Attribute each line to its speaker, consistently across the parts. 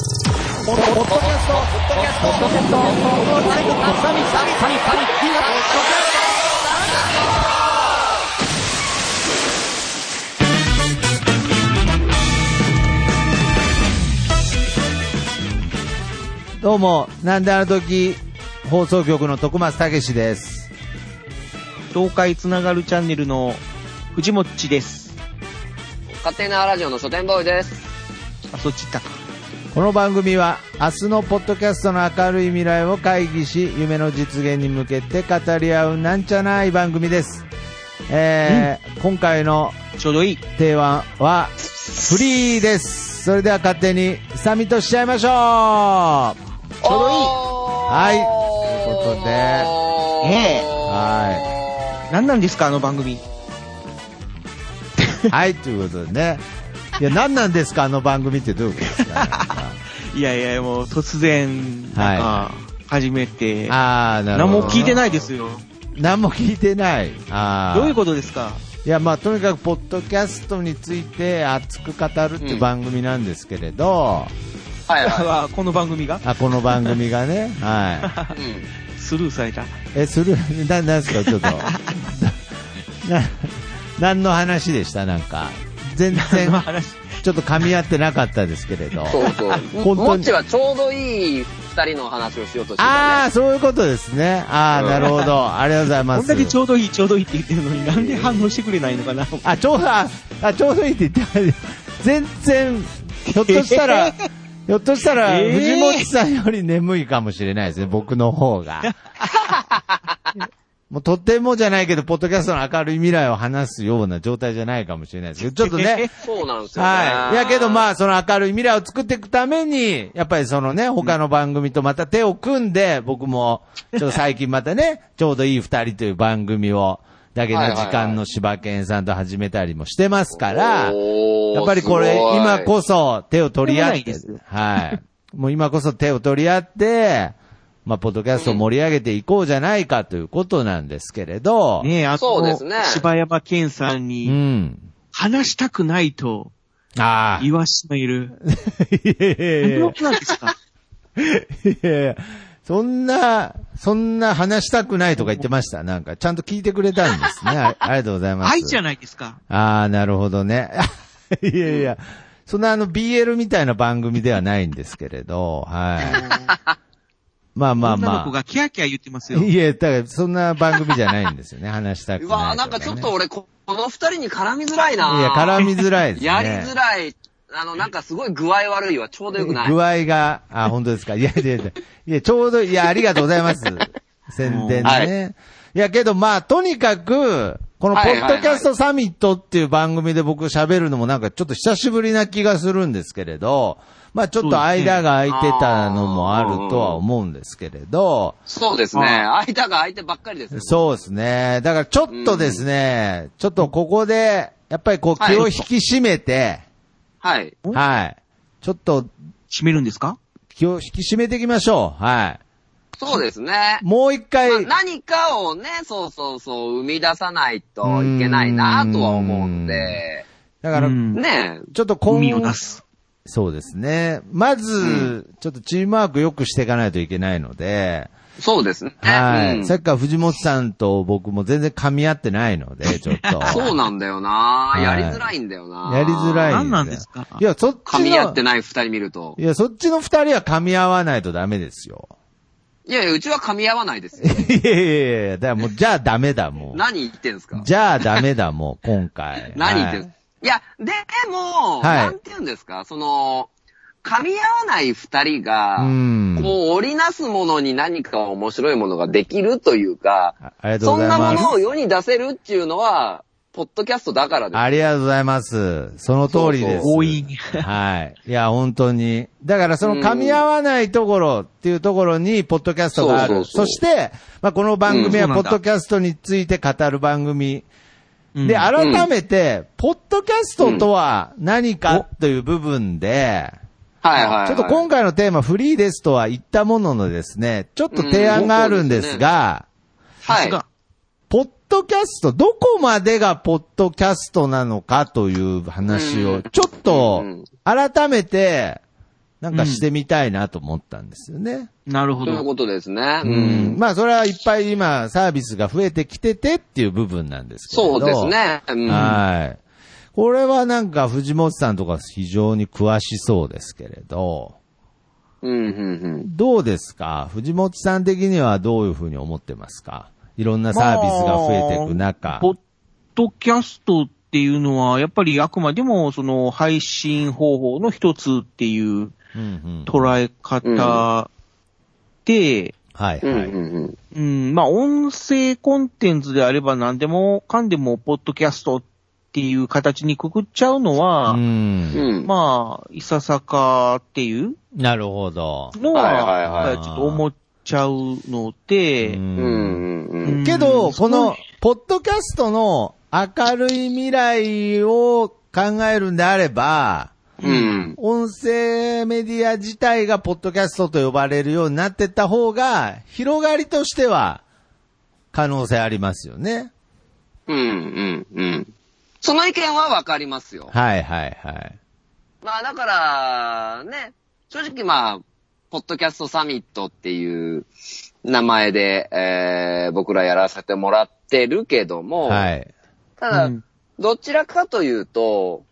Speaker 1: ポッドキャスト、ポッドキャスト、ポッドキャスト、ポッドキャスト、サミサミサミサミ、みんな、ポッドキャスト。
Speaker 2: どうも、なんであの時、放送局の徳松武史です。
Speaker 3: 東海つながるチャンネルの藤もっちです。
Speaker 4: 勝手なラジオの書店ボーイです。
Speaker 3: あ、そっち行ったか。
Speaker 2: この番組は、明日のポッドキャストの明るい未来を会議し、夢の実現に向けて語り合うなんちゃない番組です。えー今回の
Speaker 3: ちょうどいい。
Speaker 2: 提案は、フリーです。それでは勝手に、サミットしちゃいましょう
Speaker 4: ちょうどいい
Speaker 2: はいということで
Speaker 3: ねえ
Speaker 2: は
Speaker 3: 何なんですか、あの番組。
Speaker 2: はい、ということでね。いや、何なんですかあの番組ってどういうことです か
Speaker 3: いやいや、もう突然、なんか、始めて、
Speaker 2: あー、なる
Speaker 3: 何
Speaker 2: ほど。
Speaker 3: も聞いてないですよ。
Speaker 2: 何も聞いてない。あー
Speaker 3: どういうことですか
Speaker 2: いやまあとにかくポッドキャストについて熱く語るっていう番組なんですけれど、
Speaker 4: はいは。
Speaker 3: はこの番組が
Speaker 2: あこの番組が ねは
Speaker 4: う
Speaker 2: い
Speaker 4: ん。
Speaker 3: いスルー された。
Speaker 2: いえするななんですかちょっ とな何の話でしたなんか全
Speaker 3: 何
Speaker 2: 然
Speaker 3: の話
Speaker 2: ちょっと噛み合ってなかったですけれど
Speaker 4: そうそう
Speaker 2: に。
Speaker 4: もっちはちょうどいい二人の話をしようとして
Speaker 2: あ
Speaker 4: た
Speaker 2: あそういうことですねああなるほどありがとうございま
Speaker 3: こんだけち
Speaker 2: す
Speaker 3: ょうどいい、ちょうどいいって言ってるのになんで反応してくれないの かな。
Speaker 2: あちょうどああちょうどいいって言ってない全然ひょっとしたらひょっとしたら、
Speaker 3: えー
Speaker 2: 藤本さんより眠いかもしれないですね、僕の方 が。もうとてもじゃないけど、ポッドキャストの明るい未来を話すような状態じゃないかもしれないですけど、ちょっとね。
Speaker 4: ね。そうなんですよね。
Speaker 2: はい。いやけどま
Speaker 4: あ、
Speaker 2: あ、その明るい未来を作っていくために、やっぱりそのね、他の番組とまた手を組んで、僕も、ちょっと最近またね、 ちょうどいい二人という番組を、だけの時間の柴犬さんと始めたりもしてますから、や
Speaker 4: や
Speaker 2: っぱりこれ、今こそ手を取り合っ
Speaker 3: とんで
Speaker 2: て
Speaker 3: もないで、
Speaker 2: はい。もう今こそ手を取り合って、まあ、ポッドキャストを盛り上げていこうじゃないかということなんですけれど、
Speaker 3: ねえ、あと、
Speaker 4: そうですね
Speaker 3: 柴山健さ
Speaker 2: う
Speaker 3: んに、
Speaker 2: ん。
Speaker 3: 話したくないと
Speaker 2: ああ。
Speaker 3: 言わしている。
Speaker 2: いやいやいや
Speaker 3: 何のことなんですか
Speaker 2: いやいやそんな、そんな話したくないとか言ってました。なんか、ちゃんと聞いてくれたんですね。あありがとうございます。
Speaker 3: 愛じゃないですか。
Speaker 2: ああ、なるほどね。 いやいや、そんなあの BL みたいな番組ではないんですけれど、はい。まあまあ
Speaker 3: 女の子
Speaker 2: ま
Speaker 3: がキャーキャー言ってます
Speaker 2: あ。
Speaker 3: よ。
Speaker 2: いや、だからそんな番組じゃないんですよね。話したく
Speaker 4: う
Speaker 2: ない、
Speaker 4: わーなんかちょっと、俺、ここの二人に絡みづらい
Speaker 2: い
Speaker 4: な
Speaker 2: や、絡みづらいですね。
Speaker 4: やりづらい。あの、なんかすごい具合悪いわ。ちょうどよくない。
Speaker 2: 具合が、あ、本当ですか。いやいやいや、いや、ちょうど、いや、ありがとうござ います。宣伝ね。、
Speaker 4: はい
Speaker 2: や、けど、まあ、とにかく、このポ
Speaker 4: はいはい
Speaker 2: ッ
Speaker 4: はい
Speaker 2: ドキャストサミットっていう番組で僕喋るのもなんかちょっと久しぶりな気がするんですけれど、まあちょっと間が空いてたのもあるとは思うんですけれど、
Speaker 4: そうですね。間が相手ばっかりですね。
Speaker 2: そうですね。だからちょっとですね、ちょっとここで、やっぱりこう気を引き締めて、
Speaker 4: はい。
Speaker 3: はい
Speaker 2: はい。ちょっと
Speaker 3: 閉めるんですか
Speaker 2: 気を引き締めていきましょう。はい。
Speaker 4: そうですね。
Speaker 2: もう一回、
Speaker 4: まあ何かをね、そうそうそう、生み出さないといけないなとは思うんで、
Speaker 2: だから、
Speaker 3: うん
Speaker 4: ね
Speaker 2: ちょっと今
Speaker 3: 海を出す。
Speaker 2: そうですね。まず、ちょっとチームワーク良くしていかないといけないので、
Speaker 4: そうですね。
Speaker 2: はい。
Speaker 4: うん
Speaker 2: さっきから藤本さんと僕も全然噛み合ってないので、ちょっと。
Speaker 4: そうなんだよな
Speaker 2: はい
Speaker 4: やりづらいんだよな
Speaker 2: やりづらい
Speaker 3: 何なんですか
Speaker 2: いや、そっちの、
Speaker 4: 噛み合ってない二人見ると。
Speaker 2: いや、そっちの二人は噛み合わないとダメですよ。
Speaker 4: いやいや、うちは噛み合わないですよ。
Speaker 2: いやいやいや、だからもう、じゃあダメだ、もう。
Speaker 4: 何言ってんすか
Speaker 2: じゃあダメだ、もう、今回。
Speaker 4: 何言ってんす
Speaker 2: はい
Speaker 4: か、い、や、でも、
Speaker 2: はい
Speaker 4: なんて言うんですかその、噛み合わない二人が、
Speaker 2: うん
Speaker 4: こう織りなすものに何か面白いものができるというか、
Speaker 2: あありがとう
Speaker 4: そ
Speaker 2: ござ
Speaker 4: ん
Speaker 2: い
Speaker 4: なも
Speaker 2: ます。
Speaker 4: のを世に出せるっていうのは、ポッドキャストだからです。
Speaker 2: ありがとうございます。その通りです。
Speaker 4: そう
Speaker 3: 多いね
Speaker 2: はい。いや、本当に。だから、その噛み合わないところっていうところに、ポッドキャストがある。そ
Speaker 4: そうそうそう
Speaker 2: して、まあ、この番組
Speaker 3: うんそ
Speaker 2: は、
Speaker 3: うなん
Speaker 2: ポ
Speaker 3: だ
Speaker 2: ッドキャストについて語る番組。
Speaker 3: うん
Speaker 2: で、改めて、ポッドキャストとは何かという部分で、
Speaker 4: はいはい、はい。
Speaker 2: ちょっと今回のテーマ、フリーですとは言ったもののですね、ちょっと提案があるんですが、
Speaker 3: さ
Speaker 4: は
Speaker 3: す
Speaker 4: い。
Speaker 3: が
Speaker 2: ポッドキャスト、どこまでがポッドキャストなのかという話
Speaker 4: う
Speaker 2: を、
Speaker 4: ん
Speaker 2: ちょっと
Speaker 4: うん、
Speaker 2: 改めて、なんかしてみたいなと思ったんですよね。
Speaker 3: なるほ
Speaker 4: という
Speaker 3: ど。
Speaker 4: ことですね。
Speaker 2: うん。まあ、それはいっぱい今、サービスが増えてきててっていう部分なんですけ
Speaker 4: そ
Speaker 2: ど。
Speaker 4: うです。ね。うん
Speaker 2: はい。これはなんか藤本さんとか非常に詳しそうですけれど、
Speaker 4: うん、うん、
Speaker 2: どうですか藤本さん的にはどういうふうに思ってますかいろんなサービスが増えていく中。
Speaker 3: ポッドキャストっていうのは、やっぱりあくまでも、その、配信方法の一つっていう
Speaker 2: うんうん
Speaker 3: 捉え方で、
Speaker 2: はい
Speaker 4: うん。うん、
Speaker 2: はい。
Speaker 4: うんうん。
Speaker 3: うん、まあ、音声コンテンツであれば何でもかんでも、ポッドキャストっていう形にくくっちゃうのは、
Speaker 2: うん。
Speaker 4: うん。
Speaker 3: まあ、いささかっていう
Speaker 2: なるほど。
Speaker 3: の
Speaker 4: は
Speaker 3: は、
Speaker 4: いはい
Speaker 2: はい
Speaker 3: やっぱりちょっと思っちゃうので、
Speaker 2: う
Speaker 4: うん、うんん、うん。
Speaker 3: うん
Speaker 2: けど、
Speaker 3: すご
Speaker 2: こ
Speaker 3: い
Speaker 2: の、ポッドキャストの明るい未来を考えるんであれば、
Speaker 4: うん。
Speaker 2: 音声メディア自体がポッドキャストと呼ばれるようになってった方が、広がりとしては、可能性ありますよね。
Speaker 4: うん、うん、うん。その意見はわかりますよ。
Speaker 2: はいはいはい。
Speaker 4: まあだから、ね、正直まあ、ポッドキャストサミットっていう名前で、えー、僕らやらせてもらってるけども、
Speaker 2: はい。
Speaker 4: ただ、
Speaker 3: うん
Speaker 4: どちらかというと、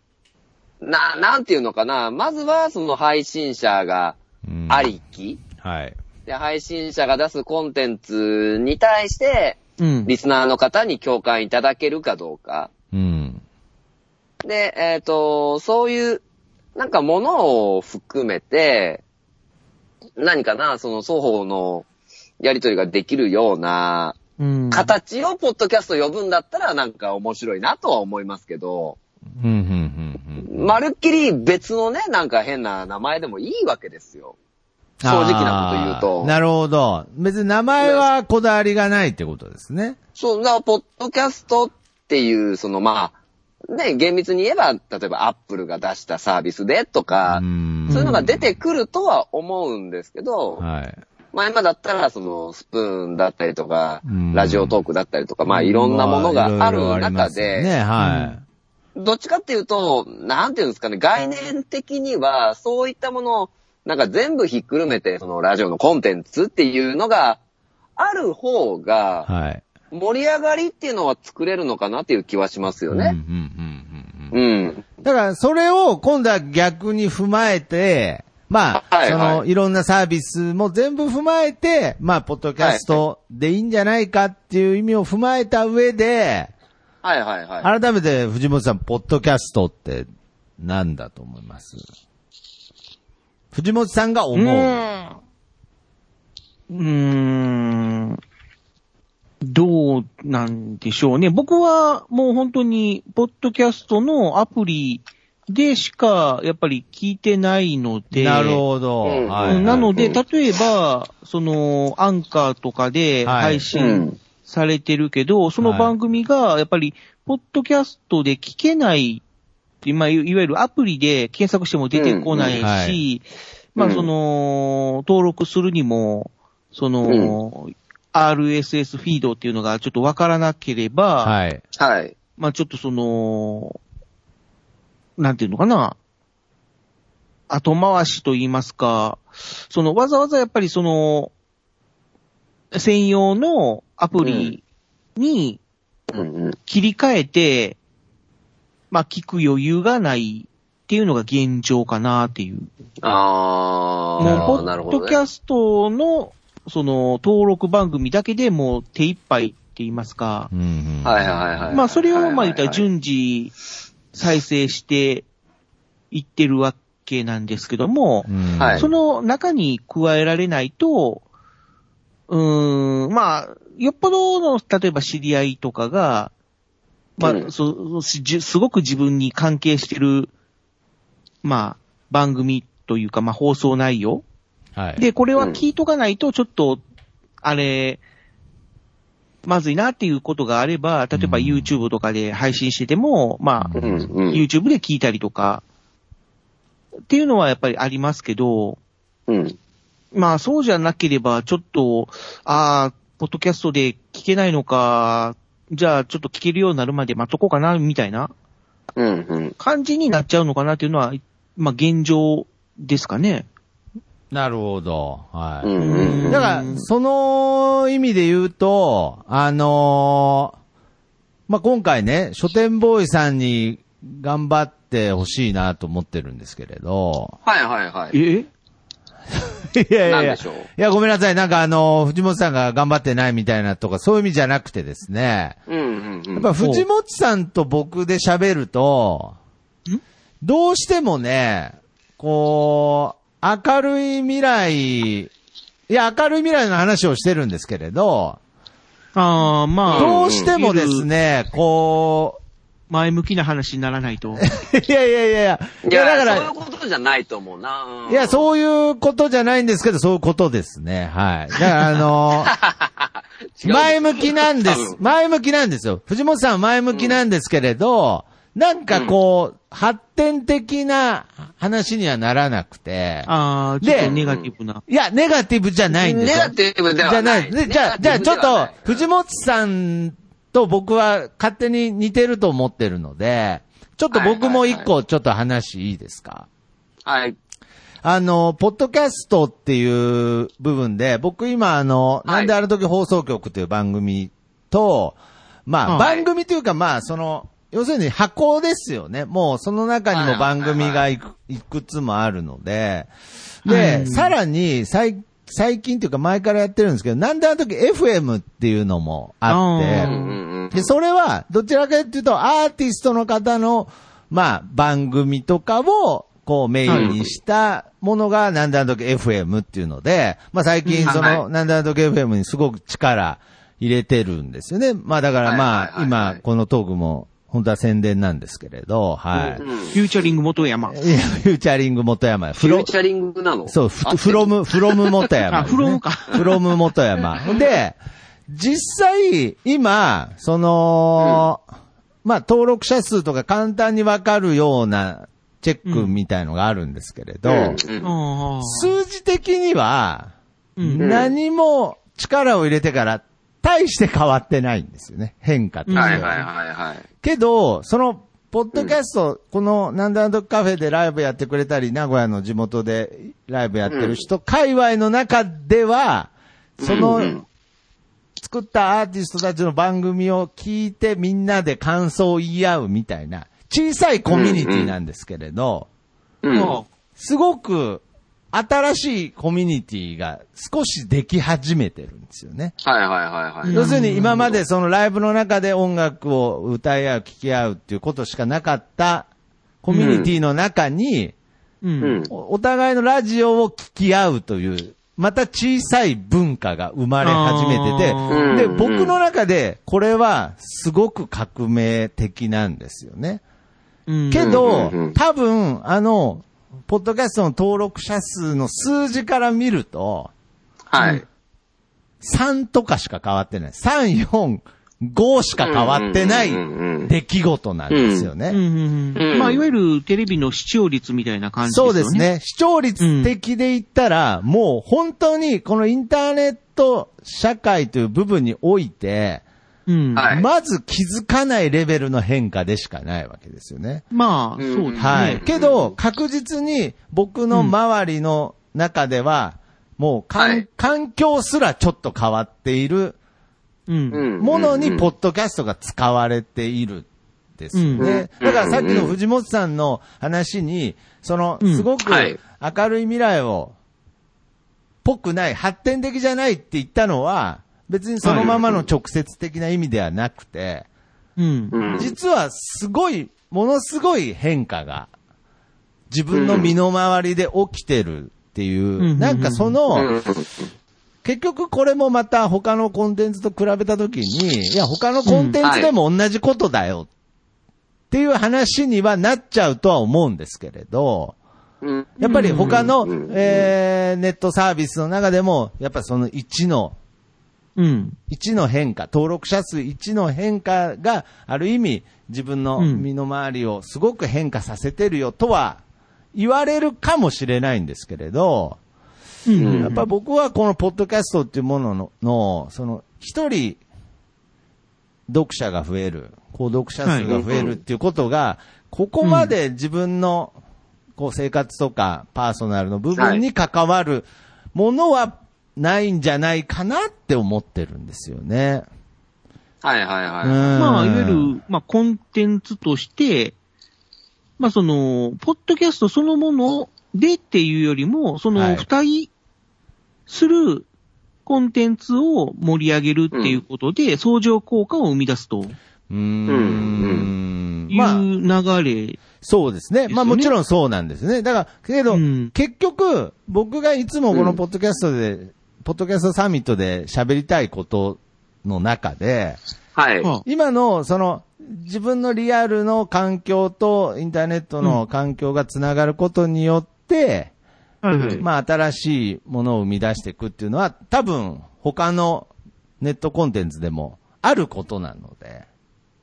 Speaker 4: な、なんていうのかな、まずはその配信者が
Speaker 2: うん
Speaker 4: あ。りき、
Speaker 2: はい。
Speaker 4: で、配信者が出すコンテンツに対して、
Speaker 3: うん。
Speaker 4: リスナーの方に共感いただけるかどうか。
Speaker 2: うん。
Speaker 4: で、えっ、と、そういう、なんかものを含めて、何かな、その双方のやりとりができるような
Speaker 3: うん
Speaker 4: 形をポッドキャスト呼ぶんだったらなんか面白いなとは思いますけど、
Speaker 2: うん、うん、うん。うん
Speaker 4: まるっきり別のね、なんか変な名前でもいいわけですよ。正直なこと言う
Speaker 2: あ
Speaker 4: と
Speaker 2: ー。なるほど。別に名前はこだわりがないってことですね。
Speaker 4: そう、だからポッドキャストっていう、そのまあ、ね、厳密に言えば、例えばアップルが出したサービスでとか、
Speaker 2: ん
Speaker 4: そういうのが出てくるとは思うんですけど、
Speaker 2: はい。
Speaker 4: まあ今だったらそのスプーンだったりとか
Speaker 2: うん、
Speaker 4: ラジオトークだったりとか、まあいろんなものがある
Speaker 2: まいろいろりま
Speaker 4: 中
Speaker 2: すよ
Speaker 4: で、
Speaker 2: ね、は
Speaker 4: どっちかっていうと、なんていうんですかね、概念的にはそういったものをなんか全部ひっくるめて、そのラジオのコンテンツっていうのがある方
Speaker 2: い。
Speaker 4: が、
Speaker 2: はい。
Speaker 4: 盛り上がりっていうのは作れるのかなっていう気はしますよ
Speaker 2: うんうん
Speaker 4: ね。
Speaker 2: うんうん
Speaker 4: うん。
Speaker 2: だから、それを今度は逆に踏まえて、まあ、
Speaker 4: はい
Speaker 2: そ
Speaker 4: はい
Speaker 2: の、いろんなサービスも全部踏まえて、まあ、ポッドキャストでいいんじゃないかっていう意味を踏まえた上で、
Speaker 4: はいはいはい。
Speaker 2: 改めて藤本さん、ポッドキャストって何だと思います藤本さんが思う。
Speaker 3: うーん。どうなんでしょうね。僕はもう本当に、ポッドキャストのアプリでしか、やっぱり聞いてないので。
Speaker 2: なるほど。
Speaker 4: うん
Speaker 2: はい
Speaker 3: うんなので、
Speaker 4: うん
Speaker 3: 例えば、その、アンカーとかで
Speaker 2: はい
Speaker 3: 配信されてるけど、その番組が、やっぱり、ポッドキャストで聞けないって、まあ、いいわゆるアプリで検索しても出てこないし、
Speaker 2: うんうんはい
Speaker 3: ま
Speaker 4: う
Speaker 3: あ、
Speaker 4: ん
Speaker 3: その、登録するにも、その、RSS フィードっていうのがちょっとわからなければ、
Speaker 2: はい。
Speaker 4: はい。
Speaker 3: まあちょっとその、なんていうのかな、後回しと言いますか、そのわざわざやっぱりその、専用のアプリに
Speaker 4: うんうん。
Speaker 3: 切り替えて、まあ聞く余裕がないっていうのが現状かなっていう。
Speaker 4: あ
Speaker 3: も
Speaker 4: ー、
Speaker 3: う
Speaker 4: なるほ
Speaker 3: ポ
Speaker 4: ど、
Speaker 3: ッド
Speaker 4: ね。
Speaker 3: キャストの、その、登録番組だけでもう手一杯って言いますか、
Speaker 2: うんうん
Speaker 4: はいはいはい。
Speaker 3: まあ、それを、まあ、言ったら
Speaker 4: はい
Speaker 3: 順次再生していってるわけなんですけども
Speaker 2: う、ん
Speaker 4: はい
Speaker 3: その中に加えられないと、うーん、まあ、よっぽどの、例えば知り合いとかが、ま
Speaker 4: うん
Speaker 3: あ、そそじすごく自分に関係してる、まあ、番組というか、まあ、放送内容。
Speaker 2: はい。
Speaker 3: で、これは聞いとかないと、ちょっと、あれ、まずいなっていうことがあれば、例えば
Speaker 2: うん
Speaker 3: YouTube とかで配信してても、ま
Speaker 4: は
Speaker 3: あ、
Speaker 4: いはいうんうん
Speaker 3: YouTube で聞いたりとか、っていうのはやっぱりありますけど、
Speaker 4: うん。
Speaker 3: まあそうじゃなければ、ちょっと、ああ、ポッドキャストで聞けないのか、じゃあちょっと聞けるようになるまで待っとこうかな、みたいな
Speaker 4: うん。うん。
Speaker 3: 感じになっちゃうのかなっていうのは、まあ現状ですかね。
Speaker 2: なるほど。は
Speaker 4: う
Speaker 2: い。
Speaker 4: んうん。
Speaker 2: だから、その意味で言うと、あのーまあ、今回ね、書店ボーイさんに頑張ってほしいなと思ってるんですけれ ど。
Speaker 4: はいはいはい。
Speaker 3: え
Speaker 2: いやい
Speaker 4: な
Speaker 2: や
Speaker 4: ん
Speaker 2: いや。
Speaker 4: で
Speaker 2: い
Speaker 4: しょう
Speaker 2: や、ごめんなさい。なんかあのー藤本さんが頑張ってないみたいなとか、そういう意味じゃなくてですね。
Speaker 4: うんうんう
Speaker 2: やっ
Speaker 4: ん。
Speaker 2: ぱ藤本さんと僕で喋ると、どうしてもね、こう、明るい未来、いや、明るい未来の話をしてるんですけれど、
Speaker 3: ああ、まあ。
Speaker 4: うん
Speaker 2: どうしてもですね、こ
Speaker 3: 前向きな話にならない と。
Speaker 2: う、いやいやいやいや、
Speaker 4: いや、
Speaker 2: だか
Speaker 4: そういう
Speaker 2: ら、
Speaker 4: ことじゃないと思うな。うん
Speaker 2: いや、そういうことじゃないんですけど、そういうことですね。はい。だから、あの
Speaker 4: 違う
Speaker 2: 前向きなんです
Speaker 4: 多。分
Speaker 2: 前向きなんですよ。藤本さんは前向きなんですけれど、なんかこう、発展的な話にはならなくて、
Speaker 3: ああ、ちょっとネガティブな。
Speaker 2: いや、ネガティブじゃないんです
Speaker 4: ネ
Speaker 2: よ。
Speaker 4: ガティブで
Speaker 2: じゃ
Speaker 4: は
Speaker 2: な。
Speaker 4: ないい。
Speaker 2: でじゃあ、じゃあちょっと、藤本さんと僕は勝手に似てると思ってるので、ちょっと僕も一個ちょっと話いいですか
Speaker 4: はい。
Speaker 2: あの、ポッドキャストっていう部分で、僕今あ
Speaker 4: は
Speaker 2: の、
Speaker 4: い
Speaker 2: なんであの時放送局という番組と、まあ、
Speaker 3: はい
Speaker 2: 番組というかまあ、その、要するに箱ですよね。もうその中にも番組がいくいくつもあるので、
Speaker 3: う
Speaker 2: で、
Speaker 3: ん
Speaker 2: さらに、最最近というか前からやってるんですけど、なんであの時 FM っていうのもあって
Speaker 3: う
Speaker 4: うんんうん
Speaker 2: で、それは、どちらかというと、アーティストの方の、まあ、番組とかを、こう、メインにしたものが、なんだんとき FM っていうので、まあ、最近、そ
Speaker 4: うんは
Speaker 2: の、なんだんとき FM にすごく力入れてるんですよね。まあ、だから、
Speaker 4: はい
Speaker 2: ま
Speaker 4: はい
Speaker 2: あ、
Speaker 4: はいはい
Speaker 2: 今、このトークも、本当は宣伝なんですけれど、はい。
Speaker 4: うん。フ
Speaker 3: フューチャリング元山。
Speaker 2: いやフューチャリング元山。フ
Speaker 4: ュー
Speaker 2: ロ
Speaker 4: チャリングなの
Speaker 2: そう、 フフロム、フロム元山、
Speaker 3: あフロムか
Speaker 2: フロム元山。で、実際、今、その、まあ、登録者数とか簡単にわかるようなチェックみたいのがあるんですけれど、
Speaker 4: うんうん
Speaker 3: あ
Speaker 2: 数字的には、
Speaker 3: あ。うん。
Speaker 2: 何も力を入れてから、大して変わってないんですよね。変化としては。
Speaker 4: はいはいはいはい。
Speaker 2: けど、その、ポッドキャスト、この、なんだなんだカフェでライブやってくれたり、名古屋の地元でライブやってる人、界隈の中では、そ
Speaker 4: うんう
Speaker 2: の
Speaker 4: ん、
Speaker 2: 作ったアーティストたちの番組を聞いて、みんなで感想を言い合うみたいな、小さいコミュニティなんですけれど、
Speaker 4: うん
Speaker 3: あ
Speaker 2: すごく、新しいコミュニティが少しでき始めてるんですよね。
Speaker 4: はいはいはいはい。
Speaker 2: 要するに今までそのライブの中で音楽を歌い合う、聴き合うっていうことしかなかったコミュニティの中に、
Speaker 4: う
Speaker 3: う。
Speaker 4: んん。
Speaker 2: おお互いのラジオを聴き合うという、また小さい文化が生まれ始
Speaker 3: あ
Speaker 2: め
Speaker 4: ー
Speaker 2: てて、で、
Speaker 4: うん
Speaker 2: 僕の中でこれはすごく革命的なんですよね。
Speaker 3: うん。
Speaker 2: けど
Speaker 4: うんうんうん、
Speaker 2: 多分、あの、ポッドキャストの登録者数の数字から見ると、
Speaker 4: はい。
Speaker 2: 3とかしか変わってない。3、4、5しか変わってない
Speaker 4: うんうんうんうん
Speaker 2: 出来事なんですよね。
Speaker 3: うんうんう。
Speaker 4: うんん
Speaker 3: まあ、いわゆるテレビの視聴率みたいな感じですよ
Speaker 2: そ
Speaker 3: ね。
Speaker 2: うです。ね。視聴率的で言ったら、もう本当にこのインターネット社会という部分において、
Speaker 3: うん。
Speaker 4: はい
Speaker 2: まず気づかないレベルの変化でしかないわけですよね。
Speaker 3: まあ、そうですね。
Speaker 2: はい。け
Speaker 4: う
Speaker 2: ど、
Speaker 4: ん
Speaker 2: 確実に僕の周りの中では、もうかん、
Speaker 4: はい
Speaker 2: 環境すらちょっと変わっている
Speaker 3: うん。
Speaker 4: うんうんうん
Speaker 2: ものにポッドキャストが使われているんですよね。
Speaker 4: うん
Speaker 2: だからさっきの藤本さんの話に、その、すごく
Speaker 4: うんはい
Speaker 2: 明るい未来を、ぽくない、発展的じゃないって言ったのは、別にそのままの直接的な意味ではなくて、
Speaker 3: うん。
Speaker 4: うん
Speaker 2: 実はすごい、ものすごい変化が、自分の身の回りで起きてるっていうう、
Speaker 3: ん
Speaker 2: なんかそうの、
Speaker 4: ん
Speaker 2: 結局これもまた他のコンテンツと比べたときに、いや、他のコンテンツでも同じことだよ。っていう話にはなっちゃうとは思うんですけれど、
Speaker 4: うん
Speaker 2: やっぱり他の
Speaker 4: うん、
Speaker 2: えーネットサービスの中でも、やっぱその1の、
Speaker 3: うん。
Speaker 2: 1の変化、登録者数1の変化がある意味自分の
Speaker 3: うん
Speaker 2: 身の回りをすごく変化させてるよとは言われるかもしれないんですけれど、
Speaker 3: うん。
Speaker 2: やっぱり僕はこのポッドキャストっていうものの、のその、一人、読者が増える、こう読者数が増えるっていうことが、ここまで自分のこう生活とかパーソナルの部分に関わるものはないんじゃないかなって思ってるんですよね。
Speaker 4: はいはいはい。
Speaker 3: ま
Speaker 2: ま
Speaker 3: あ、いわゆる、まあ、コンテンツとして、まあ、その、ポッドキャストそのものでっていうよりも、そ
Speaker 2: はい
Speaker 3: の、付帯するコンテンツを盛り上げるっていうことで、相乗効果を生み出すという
Speaker 4: うん
Speaker 2: ん。
Speaker 3: 流
Speaker 2: まあ、
Speaker 3: れ。
Speaker 2: そうですね。
Speaker 3: すよ
Speaker 2: まあ
Speaker 3: ね
Speaker 2: もちろんそうなんですね。だから、けど、
Speaker 3: うん
Speaker 2: 結局、僕がいつもこ
Speaker 4: う
Speaker 2: の
Speaker 4: ん
Speaker 2: ポッドキャストで、ポッドキャストサミットで喋りたいことの中で、
Speaker 4: はい。
Speaker 3: は
Speaker 2: 今の、その、自分のリアルの環境とインターネットの環境がつながることによって、
Speaker 3: あはいはい
Speaker 2: まあ新しいものを生み出していくっていうのは、多分他のネットコンテンツでもあることなので、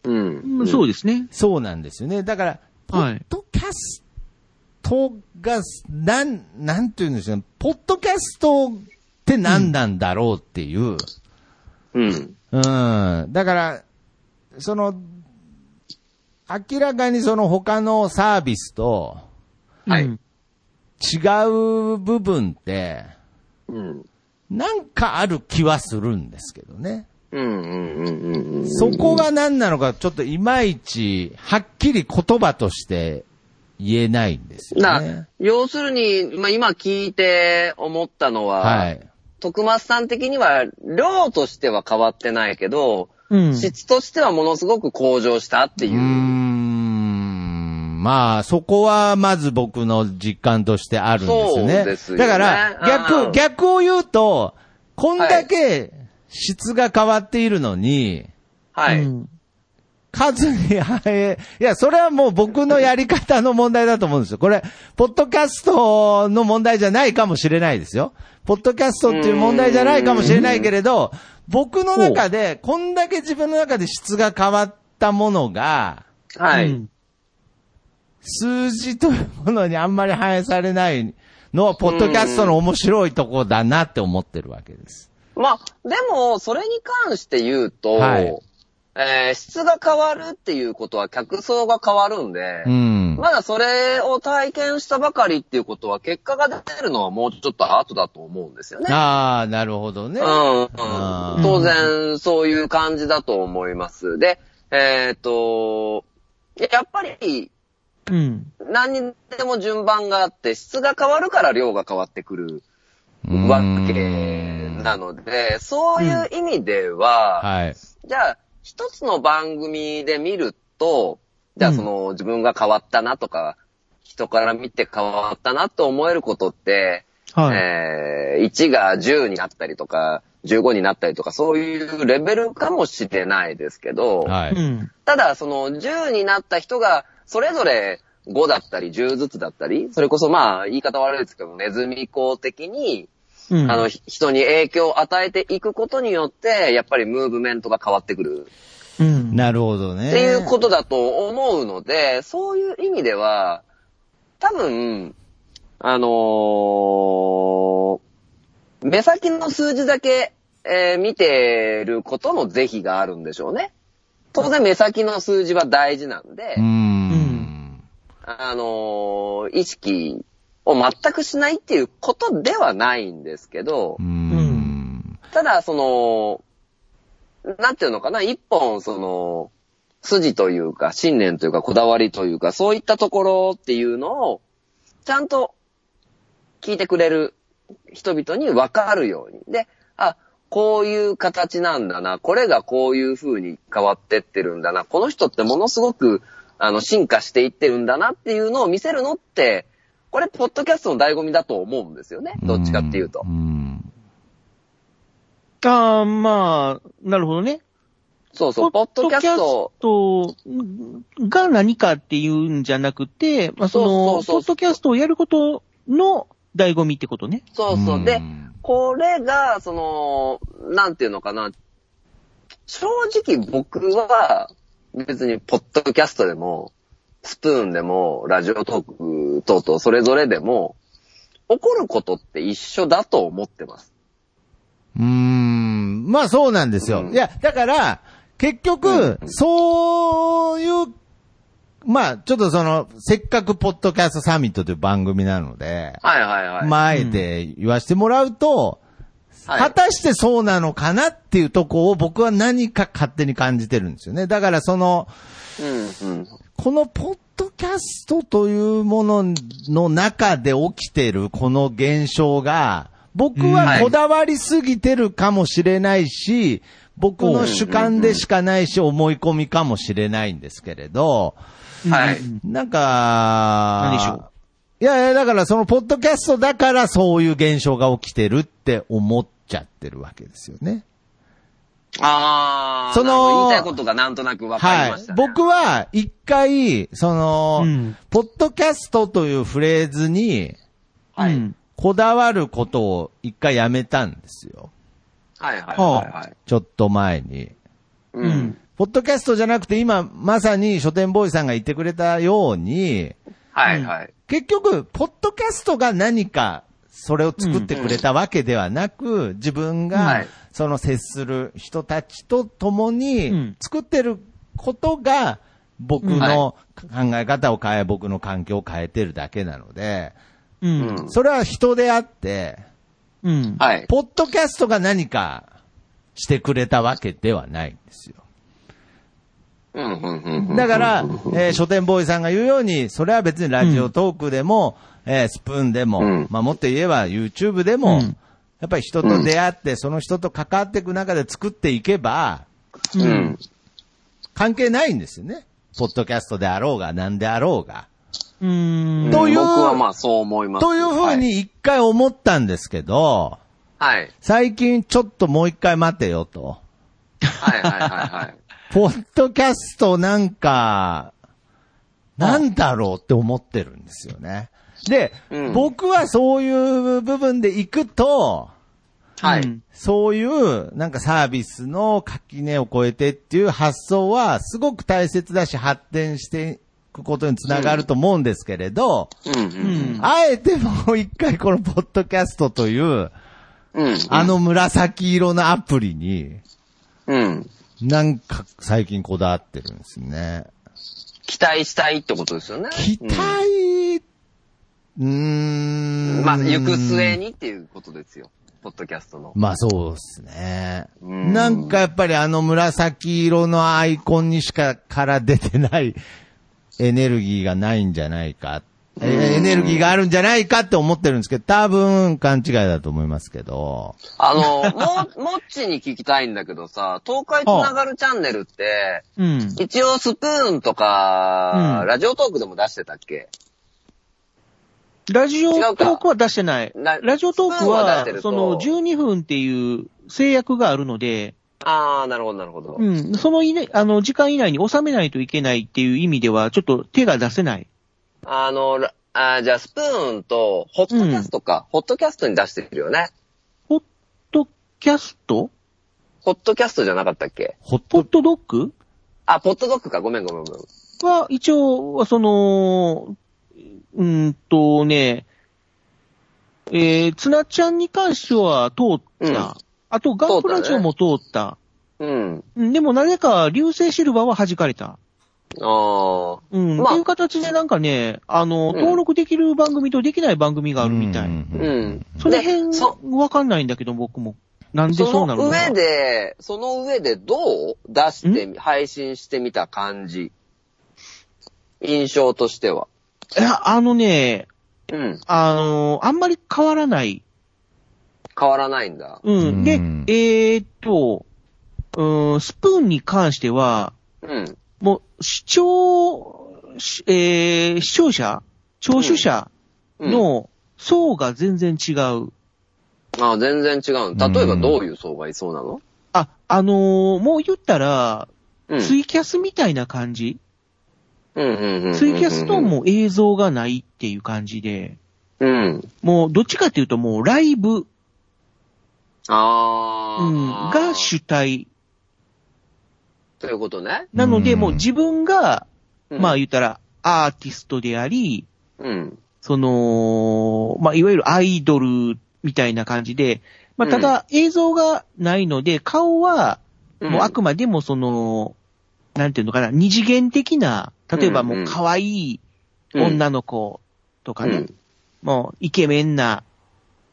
Speaker 4: うん。
Speaker 3: うんそう
Speaker 4: で
Speaker 3: ですね。
Speaker 2: そうなんですよね。だから、ポ
Speaker 3: はい
Speaker 2: ッドキャストが、なん、なんて言うんでしょうね。ポッドキャストって何なんだろうっていう。うん。
Speaker 4: す。うん。
Speaker 2: だから、その、明らかにその他のサービスと
Speaker 4: はい
Speaker 3: うん
Speaker 2: 違う部分って、
Speaker 4: うん。
Speaker 2: なんかある気はするんですけどね。
Speaker 4: うんうんうんうんうん。
Speaker 2: そこが何なのか、ちょっといまいち、はっきり言葉として言えないんですよね
Speaker 4: な。、要するに、まあ、今聞いて思ったのは、
Speaker 2: はい。
Speaker 4: 徳松さん的には、量としては変わってないけど、
Speaker 3: うん。
Speaker 4: 質としてはものすごく向上したっていう
Speaker 2: ー
Speaker 4: う。
Speaker 2: ん。まあ、そこはまず僕の実感としてあるんですよね。
Speaker 4: そうですよね
Speaker 2: だから、
Speaker 4: うん
Speaker 2: 逆、逆を言うと、こんだけ質が変わっているのに、
Speaker 4: はい。
Speaker 3: うん
Speaker 2: 数に反映、いや、それはもう僕のやり方の問題だと思うんですよ。これ、ポッドキャストの問題じゃないかもしれないですよ。ポッドキャストっていう問題じゃないかもしれないけれど、僕の中で、こんだけ自分の中で質が変わったものが、
Speaker 4: はい。
Speaker 3: うん
Speaker 2: 数字というものにあんまり反映されないのは、ポッドキャストの面白いとこだなって思ってるわけです。
Speaker 4: まあ、でも、それに関して言うと、
Speaker 2: はい
Speaker 4: えー質が変わるっていうことは客層が変わるんで、
Speaker 2: うん。
Speaker 4: まだそれを体験したばかりっていうことは、結果が出てるのはもうちょっと後だと思うんですよね。
Speaker 2: ああ、なるほどね。
Speaker 4: うんうん
Speaker 2: あ
Speaker 3: ー
Speaker 4: 当然、そういう感じだと思います。で、えっ、と、やっぱり、
Speaker 3: うん。
Speaker 4: 何にでも順番があって、質が変わるから量が変わってくるわけなので、そういう意味では、
Speaker 2: はい。
Speaker 4: じゃあ、一つの番組で見ると、じゃあその、自分が変わったなとか、人から見て変わったなと思えることって、
Speaker 3: はい。
Speaker 4: えー1が10になったりとか、15になったりとか、そういうレベルかもしれないですけど、
Speaker 2: は
Speaker 3: う
Speaker 2: い。
Speaker 3: ん
Speaker 4: ただ、その10になった人が、それぞれ5だったり10ずつだったり、それこそまあ、言い方悪いですけど、ネズミ講的に、
Speaker 3: うん
Speaker 4: あの、ひ人に影響を与えていくことによって、やっぱりムーブメントが変わってくる
Speaker 3: うん
Speaker 2: なるほどね。
Speaker 4: っていうことだと思うので、そういう意味では、多分、あのー目先の数字だけ、えー見てることの是非があるんでしょうね。当然目先の数字は大事なんで、
Speaker 2: うん。
Speaker 4: あのー意識を全くしないっていうことではないんですけど、
Speaker 2: うん。
Speaker 4: ただ、その、なんていうのかな、一本、その、筋というか、信念というか、こだわりというか、そういったところっていうのを、ちゃんと聞いてくれる人々に分かるように。で、あ、こういう形なんだな、これがこういう風に変わってってるんだな、この人ってものすごく、あの、進化していってるんだなっていうのを見せるのって、これ、ポッドキャストの醍醐味だと思うんですよね。どっちかっていうと。
Speaker 2: うん。
Speaker 3: ああ、まあ、なるほどね。
Speaker 4: そうそう、ポッドキャスト。
Speaker 3: ポッドキャストが何かっていうんじゃなくて、まあ、
Speaker 4: そ
Speaker 3: そ
Speaker 4: う
Speaker 3: の、
Speaker 4: そうそう
Speaker 3: ポッドキャストをやることの醍醐味ってことね。
Speaker 4: そうそう。で
Speaker 2: う、ん
Speaker 4: これが、その、なんていうのかな。正直僕は、別に、ポッドキャストでも、スプーンでも、ラジオトーク等々、それぞれでも、起こることって一緒だと思ってます。
Speaker 2: うん。まあそうなんですよ。
Speaker 4: うん
Speaker 2: いや、だから、結局、
Speaker 4: うん
Speaker 2: そういうまあ、ちょっとその、せっかくポッドキャストサミットという番組なので、
Speaker 4: はいはいはい。
Speaker 2: まあ、あえて言わせてもらうと、
Speaker 4: はい
Speaker 2: 果たしてそうなのかなっていうとこを僕は何か勝手に感じてるんですよね。だからその、
Speaker 4: うんうん。
Speaker 2: このポッドキャストというものの中で起きてるこの現象が、僕はこだわりすぎてるかもしれないし、僕の主観でしかないし思い込みかもしれないんですけれど、
Speaker 4: はい。
Speaker 2: なんか、
Speaker 3: 何でしょう
Speaker 2: いやいや、だからそのポッドキャストだからそういう現象が起きてるって思っちゃってるわけですよね。
Speaker 4: あー、
Speaker 2: そ
Speaker 4: なんか言
Speaker 2: の
Speaker 4: いたいことがなんとなくわかりました、ね
Speaker 2: 僕は一回、その、
Speaker 3: うん
Speaker 2: ポッドキャストというフレーズに
Speaker 4: はい
Speaker 3: うん
Speaker 2: こだわることを一回やめたんですよ。
Speaker 4: はいはいはいはい。
Speaker 2: ちょっと前に。
Speaker 4: う
Speaker 3: うんん。
Speaker 2: ポッドキャストじゃなくて今まさに書店ボーイさんが言ってくれたように、
Speaker 4: はいはい。
Speaker 2: 結局、ポッドキャストが何か、それを作ってくれたわけではなく、自分
Speaker 4: は
Speaker 2: が
Speaker 4: い、
Speaker 2: その接する人たちと共
Speaker 3: う
Speaker 2: に
Speaker 3: ん、
Speaker 2: 作ってることが、僕の考え方を変え、僕の環境を変えてるだけなので、
Speaker 3: う。
Speaker 4: うんん。
Speaker 2: それは人であって、
Speaker 3: うん。
Speaker 4: はい。
Speaker 2: ポッドキャストが何かしてくれたわけではないんですよ。
Speaker 4: うんうんうんうん。
Speaker 2: だから、えー書店ボーイさんが言うように、それは別にラジオトークでも、えースプーンでも、
Speaker 4: うん
Speaker 2: まあ、もっと言えば YouTube でも、
Speaker 3: うん
Speaker 2: やっぱり人と出会って、その人と関わっていく中で作っていけば、
Speaker 4: う
Speaker 3: うん
Speaker 4: ん。
Speaker 2: 関係ないんですよね。ポッドキャストであろうが、何であろうが。
Speaker 3: うん。
Speaker 2: という
Speaker 4: 僕はまあそう思います。
Speaker 2: というふうに一回思ったんですけど、
Speaker 4: はい。はい。
Speaker 2: 最近ちょっともう一回待てよと。
Speaker 4: はいはいはいはい。
Speaker 2: ポッドキャストなんか、なんだろうって思ってるんですよね。で、
Speaker 4: うん
Speaker 2: 僕はそういう部分で行くと、
Speaker 4: はい。
Speaker 2: そういう、なんかサービスの垣根を越えてっていう発想は、すごく大切だし、発展していくことにつながると思うんですけれど、
Speaker 4: うん
Speaker 2: あえてもう一回このポッドキャストという、
Speaker 4: うん。うん。
Speaker 2: あ、の紫色のアプリに、
Speaker 4: うん。
Speaker 2: なんか最近こだわってるんですね。
Speaker 4: 期待したいってことですよね。
Speaker 2: 期待、うー
Speaker 4: うん
Speaker 2: ん。
Speaker 4: まあ、行く末。にっていうことですよ。ポッドキャストの。
Speaker 2: まあそうですね。
Speaker 4: うん
Speaker 2: なんかやっぱりあの紫色のアイコンにしかから出てない エネルギーがないんじゃないか。え
Speaker 4: うん
Speaker 2: エネルギーがあるんじゃないかって思ってるんですけど、多分勘違いだと思いますけど。
Speaker 4: あの、 も、もっちに聞きたいんだけどさ、東海つながるチャンネルって、
Speaker 3: うん。
Speaker 4: 一応スプーンとか、
Speaker 3: うん
Speaker 4: ラジオトークでも出してたっけ
Speaker 3: ラジオトークは出してない。
Speaker 4: ラ
Speaker 3: ラジオトーク
Speaker 4: スプーンは出してる
Speaker 3: は、
Speaker 4: と
Speaker 3: その12分っていう制約があるので、
Speaker 4: あー、なるほど、なるほど。
Speaker 3: うん、そのいね、あの、時間以内に収めないといけないっていう意味では、ちょっと手が出せない。
Speaker 4: あの、らあーじゃあ、スプーンと、ホットキャストか、ホットキャストに出してるよね。
Speaker 3: ホットキャスト
Speaker 4: ホットキャストじゃなかったっけ
Speaker 2: ほっ
Speaker 3: ポ
Speaker 2: と
Speaker 3: ッ、トドッグ
Speaker 4: あ、ポットドッグか、ごめんごめんごめん。
Speaker 3: は、一応、その、うーんとね、えー、ツナちゃんに関しては通った。
Speaker 4: うん
Speaker 3: あと、ガンプラジオも通った。
Speaker 4: うん。
Speaker 3: うんでも、なぜか、流星シルバーは弾かれ
Speaker 4: あ
Speaker 3: た。
Speaker 4: ー。
Speaker 3: うん。
Speaker 4: まあ
Speaker 3: っていう形でなんかね、あの、
Speaker 4: うん
Speaker 3: 登録できる番組とできない番組があるみたい。
Speaker 2: うん
Speaker 4: うん。
Speaker 3: その辺
Speaker 4: でそ、
Speaker 3: わかんないんだけど、僕も。なんでそう
Speaker 4: そ
Speaker 3: な
Speaker 4: の
Speaker 3: のかな
Speaker 4: 上で、その上でどう出してみ、配信してみた感じ。印象としては。
Speaker 3: いや、あのね、
Speaker 4: うん。
Speaker 3: あの、あんまり変わらない。
Speaker 4: 変わらないんだ。
Speaker 3: う
Speaker 2: うん
Speaker 3: ん。で、えーっと、うん、スプーンに関しては、
Speaker 4: うん。
Speaker 3: もう、視聴、しえー、視聴者聴取者
Speaker 4: うん、
Speaker 3: の層が全然違う。
Speaker 4: あ全然違うの。例えばどういう層がいそうなの
Speaker 3: あ、あのーもう言ったら、
Speaker 4: うん。
Speaker 3: ツイキャスみたいな感じ。
Speaker 4: うんうんうんうんうん
Speaker 3: ツイキャスともう映像がないっていう感じで、
Speaker 4: うん。
Speaker 3: もうどっちかっていうともうライブ、
Speaker 4: あ
Speaker 3: う
Speaker 4: ー
Speaker 3: ん、が主体。
Speaker 4: ということね。
Speaker 3: なので
Speaker 2: うん
Speaker 3: もう自分が、
Speaker 4: うん
Speaker 3: まあ、言ったらアーティストであり、
Speaker 4: うん。
Speaker 3: その、まあいわゆるアイドルみたいな感じで、まあただ映像がないので顔はもうあくまでもその、なんていうのかな、二次元的な例えばも
Speaker 4: うんう
Speaker 3: うん可愛い女の子とかね、
Speaker 4: うん
Speaker 3: もうイケメンな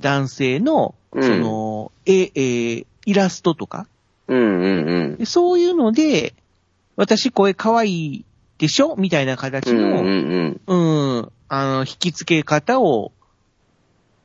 Speaker 3: 男性の、
Speaker 4: うん
Speaker 3: その、え、えーイラストとか、
Speaker 4: うんうんうん。
Speaker 3: でそういうので、私これ可愛いでしょみたいな
Speaker 4: う
Speaker 3: 形
Speaker 4: ん
Speaker 3: の、
Speaker 4: うんうん。
Speaker 3: うん、あの、引き付け方を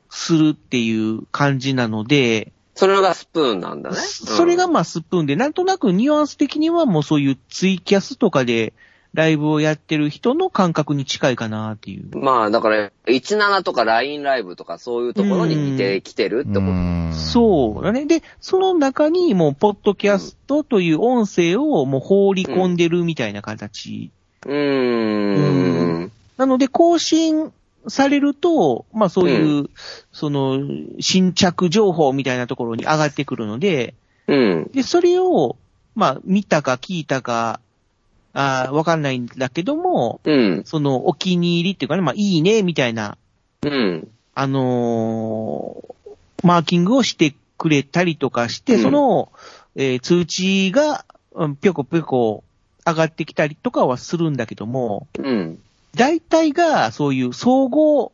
Speaker 3: するっていう感じなので、
Speaker 4: それがスプーンなんだね。
Speaker 3: それが
Speaker 4: うん
Speaker 3: まあスプーンで、なんとなくニュアンス的にはもうそういうツイキャスとかでライブをやってる人の感覚に近いかなっていう。
Speaker 4: まあだから、17とか LINE ライブとかそういうところに似てきてるってこと。
Speaker 3: そうだね。で、その中にもう、ポッドキャストという音声をもう放り込んでるみたいな形。
Speaker 4: うーん。
Speaker 3: なので、更新されると、まあそういう、
Speaker 4: う
Speaker 3: その、新着情報みたいなところに上がってくるので、
Speaker 4: うん。
Speaker 3: で、それを、まあ、見たか聞いたか、あーわかんないんだけども、
Speaker 4: うん。
Speaker 3: その、お気に入りっていうかね、まあ、いいね、みたいな、
Speaker 4: うん。
Speaker 3: あのーマーキングをしてくれたりとかして、
Speaker 4: うん
Speaker 3: その、えー通知が、うんぴょこぴょこ上がってきたりとかはするんだけども、
Speaker 4: うん。
Speaker 3: 大体が、そういう総合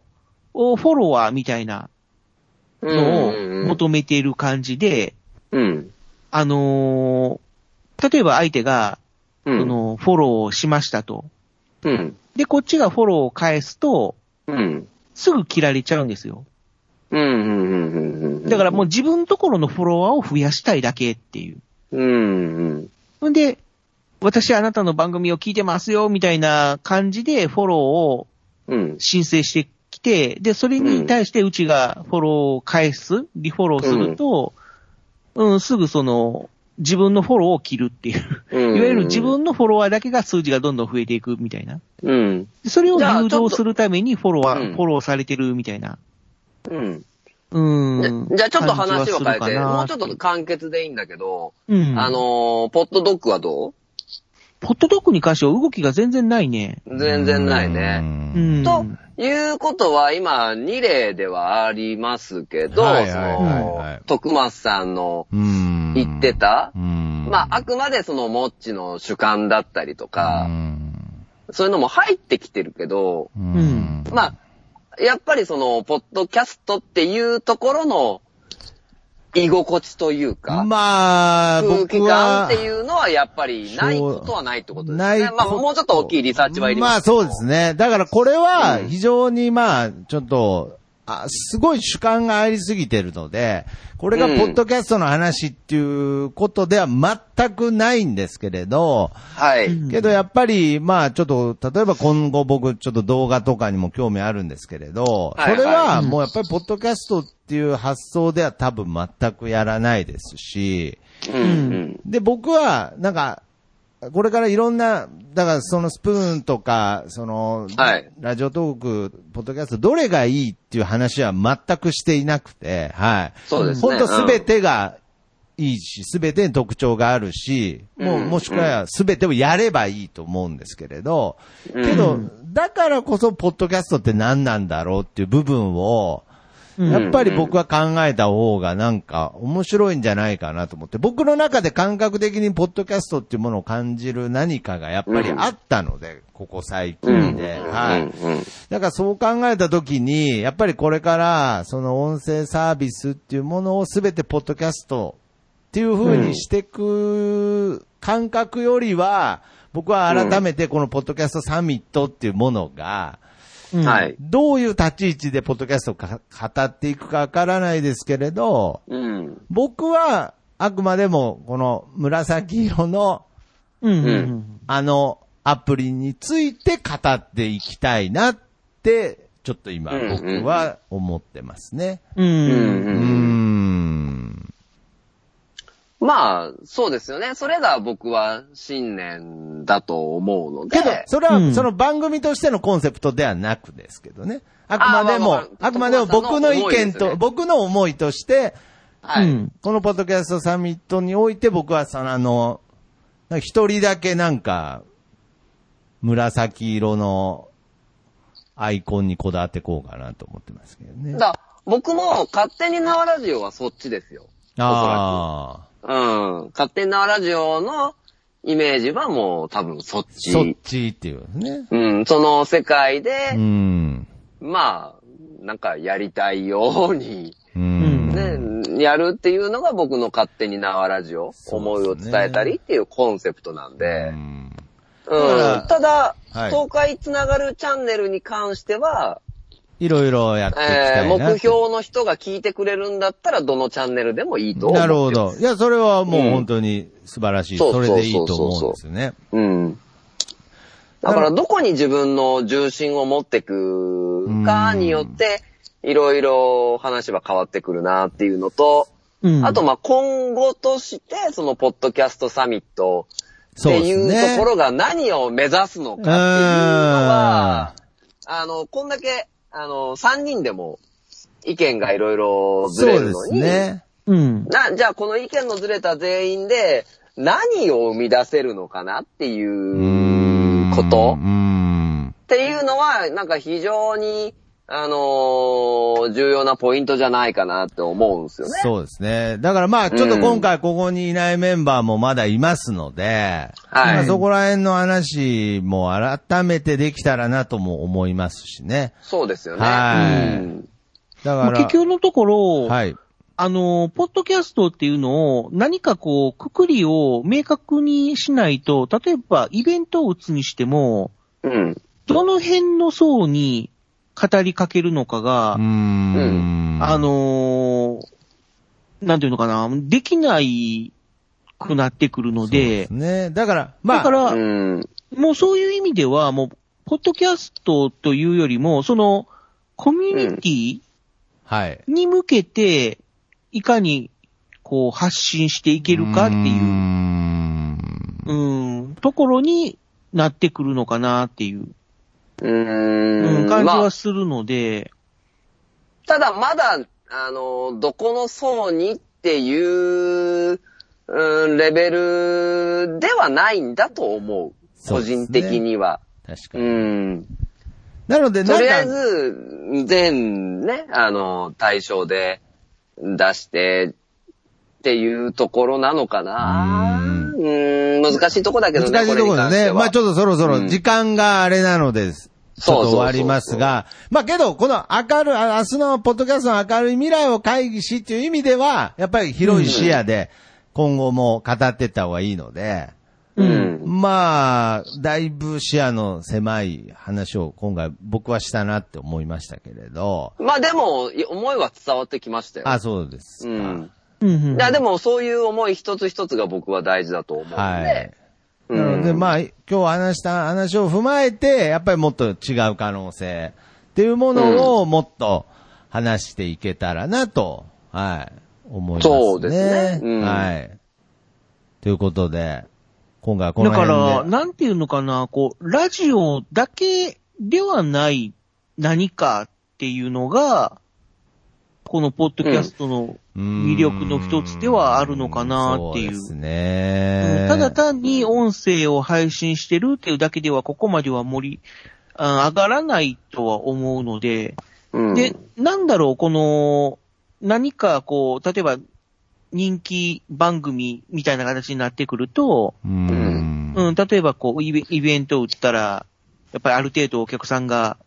Speaker 3: をフォロワーみたいなのを求めている感じで、
Speaker 4: うん。
Speaker 3: あのー例えば相手が、
Speaker 4: うん。
Speaker 3: その、フォローしましたと。
Speaker 4: うん。
Speaker 3: で、こっちがフォローを返すと、
Speaker 4: うん。
Speaker 3: すぐ切られちゃうんですよ。
Speaker 4: うん。うん。うん。うん。
Speaker 3: だからもう自分ところのフォロワーを増やしたいだけっていう。
Speaker 4: うん。うん。
Speaker 3: ほんで、私あなたの番組を聞いてますよ、みたいな感じでフォローを
Speaker 4: うん。
Speaker 3: 申請してきて、で、それに対してうちがフォローを返す、リフォローすると、うん、すぐその、自分のフォローを切るっていう。
Speaker 4: うん
Speaker 3: いわゆる自。分のフォロワーだけが数字がどんどん増えていくみたいな。
Speaker 4: うん。
Speaker 3: それを
Speaker 4: じゃあ
Speaker 3: 誘
Speaker 4: ちょっ
Speaker 3: 導
Speaker 4: と
Speaker 3: するためにフォロワー、
Speaker 4: うん
Speaker 3: フォローされてるみたいな。
Speaker 4: うん。
Speaker 3: うん。
Speaker 4: じゃあちょっと話を変え
Speaker 3: 感じはす
Speaker 4: て、
Speaker 3: るかな
Speaker 4: もうちょっと、簡潔でいいんだけど、
Speaker 3: うん。
Speaker 4: あのー、ポットドッグはど
Speaker 3: ポットドッグに関しては動きが全然ないね。
Speaker 4: う全然ないね。
Speaker 3: う。ん。
Speaker 4: ということは、今、2例ではありますけど、
Speaker 2: はいはいはいはい
Speaker 4: その徳松さんの
Speaker 2: うん。
Speaker 4: 言ってた
Speaker 2: う、ん。
Speaker 4: まあ、あくまでそのモッチの主観だったりとか、
Speaker 2: うん
Speaker 4: そういうのも入ってきてるけど、
Speaker 2: うん。
Speaker 4: まあ、やっぱりその、ポッドキャストっていうところの、居心地というか、
Speaker 2: まあ、
Speaker 4: 空
Speaker 2: 僕
Speaker 4: 気感
Speaker 2: は
Speaker 4: って、いうのはやっぱりないことはないってことです
Speaker 2: ない
Speaker 4: ね。まあ、もうちょっと大きいリサーチはいり
Speaker 2: ま
Speaker 4: ま
Speaker 2: あ
Speaker 4: すけど。
Speaker 2: そうですね。だからこれは
Speaker 4: うん
Speaker 2: 非常にまあ、ちょっと、あすごい主観がありすぎてるので、これが
Speaker 4: うん
Speaker 2: ポッドキャストの話っていうことでは全くないんですけれど、
Speaker 4: はい。
Speaker 3: うん
Speaker 2: けどやっぱり、まあちょっと、例えば今後僕ちょっと動画とかにも興味あるんですけれど、
Speaker 4: はいはい
Speaker 2: それはもうやっぱりポッドキャストっていう発想では多分全くやらないですし、
Speaker 4: うんうん。
Speaker 2: で、僕は、なんか、これからいろんな、だからそのスプーンとか、その、
Speaker 4: はい
Speaker 2: ラジオトーク、ポッドキャスト、どれがいいっていう話は全くしていなくて、はい。
Speaker 4: そうですね
Speaker 2: 本当すべてがいいし、すべてに特徴があるし、もう、
Speaker 4: うん
Speaker 2: もしくはすべてをやればいいと思うんですけれど、
Speaker 4: うん
Speaker 2: けど、だからこそ、ポッドキャストって何なんだろうっていう部分を、
Speaker 3: うん
Speaker 2: やっぱり僕は考えた方がなんか面白いんじゃないかなと思って、僕の中で感覚的にポッドキャストっていうものを感じる何かがやっぱりあったので、ここ最近で。はい。
Speaker 4: うん
Speaker 2: だからそう考えた時に、やっぱりこれから、その音声サービスっていうものをすべてポッドキャストっていう風にしていく感覚よりは、僕は改めてこのポッドキャストサミットっていうものが、
Speaker 3: うん
Speaker 4: はい。
Speaker 2: どういう立ち位置でポッドキャストをか語っていくかわからないですけれど、
Speaker 4: うん。
Speaker 2: 僕はあくまでもこの紫色の
Speaker 3: うん。う
Speaker 4: うんん。
Speaker 2: あのアプリについて語っていきたいなって、ちょっと今
Speaker 4: うんうん
Speaker 2: 僕は思ってますね。
Speaker 3: う。
Speaker 4: うんん
Speaker 2: う
Speaker 4: う
Speaker 2: ー
Speaker 4: ん。
Speaker 2: ん。
Speaker 4: まあ、そうですよね。それが僕は信念だと思うので。
Speaker 2: けど、それ
Speaker 3: う
Speaker 2: は
Speaker 3: ん
Speaker 2: その番組としてのコンセプトではなくですけどね。あくまで
Speaker 4: あ
Speaker 2: も
Speaker 4: ーまあま、あ
Speaker 2: あくまでも僕の意見と、
Speaker 4: 所
Speaker 2: 僕の思いとして、
Speaker 4: はい。
Speaker 3: うん
Speaker 2: このポッドキャストサミットにおいて僕はそのあの、なんか一人だけなんか、紫色のアイコンにこだわってこうかなと思ってますけどね。
Speaker 4: だ僕も勝手に縄ラジオはそっちですよ。
Speaker 2: あ
Speaker 4: うん。勝手に縄ラジオのイメージはもう多分そっち。
Speaker 2: そっちっていうね。
Speaker 4: うん、その世界で
Speaker 2: う、ん。
Speaker 4: まあ、なんかやりたいように、
Speaker 2: うん。
Speaker 4: ね、やるっていうのが僕の勝手に縄ラジオ、
Speaker 2: そうですね
Speaker 4: 思いを伝えたりっていうコンセプトなんで
Speaker 2: う、
Speaker 4: う
Speaker 2: ん
Speaker 4: ん
Speaker 2: だから
Speaker 4: ただ、
Speaker 2: はい
Speaker 4: 東海つながるチャンネルに関しては、
Speaker 2: いろいろやっていき
Speaker 4: え
Speaker 2: た
Speaker 4: ー
Speaker 2: いな。
Speaker 4: 目標の人が聞いてくれるんだったら、どのチャンネルでもいいと思う。
Speaker 2: なるほ。ど。いや、それはもううん本当に素晴らしい。
Speaker 4: そう
Speaker 2: そ
Speaker 4: そうそうそう
Speaker 2: れでいいと思うんですよね。
Speaker 4: うん。だから、どこに自分の重心を持ってくかによって、いろいろ話は変わってくるなっていうのと、
Speaker 3: うん。
Speaker 4: あと、、まあ、今後として、その、ポッドキャストサミットっ
Speaker 2: そう
Speaker 4: て
Speaker 2: です
Speaker 4: いう
Speaker 2: ね。
Speaker 4: ところが何を目指すのかっていうのは、あの、こんだけ、あの、3人でも意見がいろいろ
Speaker 2: うん
Speaker 4: ず
Speaker 2: そ
Speaker 4: れ
Speaker 2: う
Speaker 4: る
Speaker 2: で
Speaker 4: の
Speaker 2: す
Speaker 4: に、
Speaker 2: ね。
Speaker 3: うん。
Speaker 4: な、じゃあこの意見のずれた全員で何を生み出せるのかなっていうこと
Speaker 2: うん。
Speaker 4: っていうのは、なんか非常に、あのー重要なポイントじゃないかなって思うんですよね。
Speaker 2: そうですね。だからまあ、ちょっと今回ここにいないメンバーもまだいますので、
Speaker 4: はい
Speaker 2: まあそこら辺の話も改めてできたらなとも思いますしね。
Speaker 4: そうですよね。
Speaker 2: はい
Speaker 4: うん
Speaker 2: だ
Speaker 3: ま
Speaker 2: か
Speaker 3: あ
Speaker 2: ら、
Speaker 3: 結局のところ、
Speaker 2: はい。
Speaker 3: あの、ポッドキャストっていうのを何かこう、くくりを明確にしないと、例えばイベントを打つにしても、
Speaker 4: うん。
Speaker 3: どの辺の層に語りかけるのかが、
Speaker 2: ん
Speaker 3: あ、のーなんていうのかな、できないくなってくるの
Speaker 2: そうで
Speaker 3: で、
Speaker 2: すね。だから、まあ、
Speaker 3: だから、
Speaker 4: うん。
Speaker 3: もうそういう意味では、もう、ポッドキャストというよりも、その、コミュニティ、
Speaker 2: はい。
Speaker 3: に向けて、いかに、こう、発信していけるかって
Speaker 2: うー
Speaker 3: いう、
Speaker 2: ん
Speaker 3: うん、ところになってくるのかなっていう、
Speaker 4: う
Speaker 3: うん
Speaker 4: ん。
Speaker 3: 感じ
Speaker 4: まあ
Speaker 3: はするので、
Speaker 4: ただまだ、あの、どこの層にっていう、うん、レベルではないんだと思う。
Speaker 2: そう
Speaker 4: 個
Speaker 2: ですね
Speaker 4: 人的には。
Speaker 2: 確か
Speaker 4: う
Speaker 2: に。
Speaker 4: ん。
Speaker 2: なので、
Speaker 4: とりあ
Speaker 2: な
Speaker 4: え
Speaker 2: んか、
Speaker 4: ず、全ね、あの、対象で出して、っていうところなのかな
Speaker 2: うん
Speaker 4: うん、難しいとこだけどね。
Speaker 2: 難しいところだ
Speaker 4: れに関して
Speaker 2: ね。
Speaker 4: は
Speaker 2: まあちょっとそろそろ
Speaker 4: うん
Speaker 2: 時間があれなのです。ちょっと終わりますが、まあけど、この明るい、あ明日のポッドキャストの明るい未来を会議しっていう意味では、やっぱり広い視野で今後も語ってった方がいいので、
Speaker 4: うん。
Speaker 2: まあ、だいぶ視野の狭い話を今回僕はしたなって思いましたけれど、
Speaker 4: まあでも、い思いは伝わってきましたよ。
Speaker 2: あ、そうです
Speaker 4: うん。
Speaker 2: か。
Speaker 3: うんうん
Speaker 4: いや、でもそういう思い一つ一つが僕は大事だと思うので。
Speaker 2: はい。
Speaker 4: うん
Speaker 2: なので、まあ、今日話した話を踏まえて、やっぱりもっと違う可能性っていうものをもっと話していけたらなと、はい、思いますね。
Speaker 4: そうですねうん
Speaker 2: はい。ということで、今回はこ
Speaker 3: だ
Speaker 2: の
Speaker 3: か
Speaker 2: 辺で。
Speaker 3: ら、なんていうのかな、こう、ラジオだけではない何かっていうのが、このポッドキャストの、魅力の一つではあるのかなってい
Speaker 2: うんそう
Speaker 3: う
Speaker 2: です
Speaker 3: う
Speaker 2: ね
Speaker 3: ん。ただ単に音声を配信してるっていうだけでは、ここまでは盛り、あ上がらないとは思うので、
Speaker 4: うん、
Speaker 3: で、なんだろう、この、何かこう、例えば、人気番組みたいな形になってくると、
Speaker 2: うん。
Speaker 3: うん、例えばこう、イベイベントを打ったら、やっぱりある程度お客さんが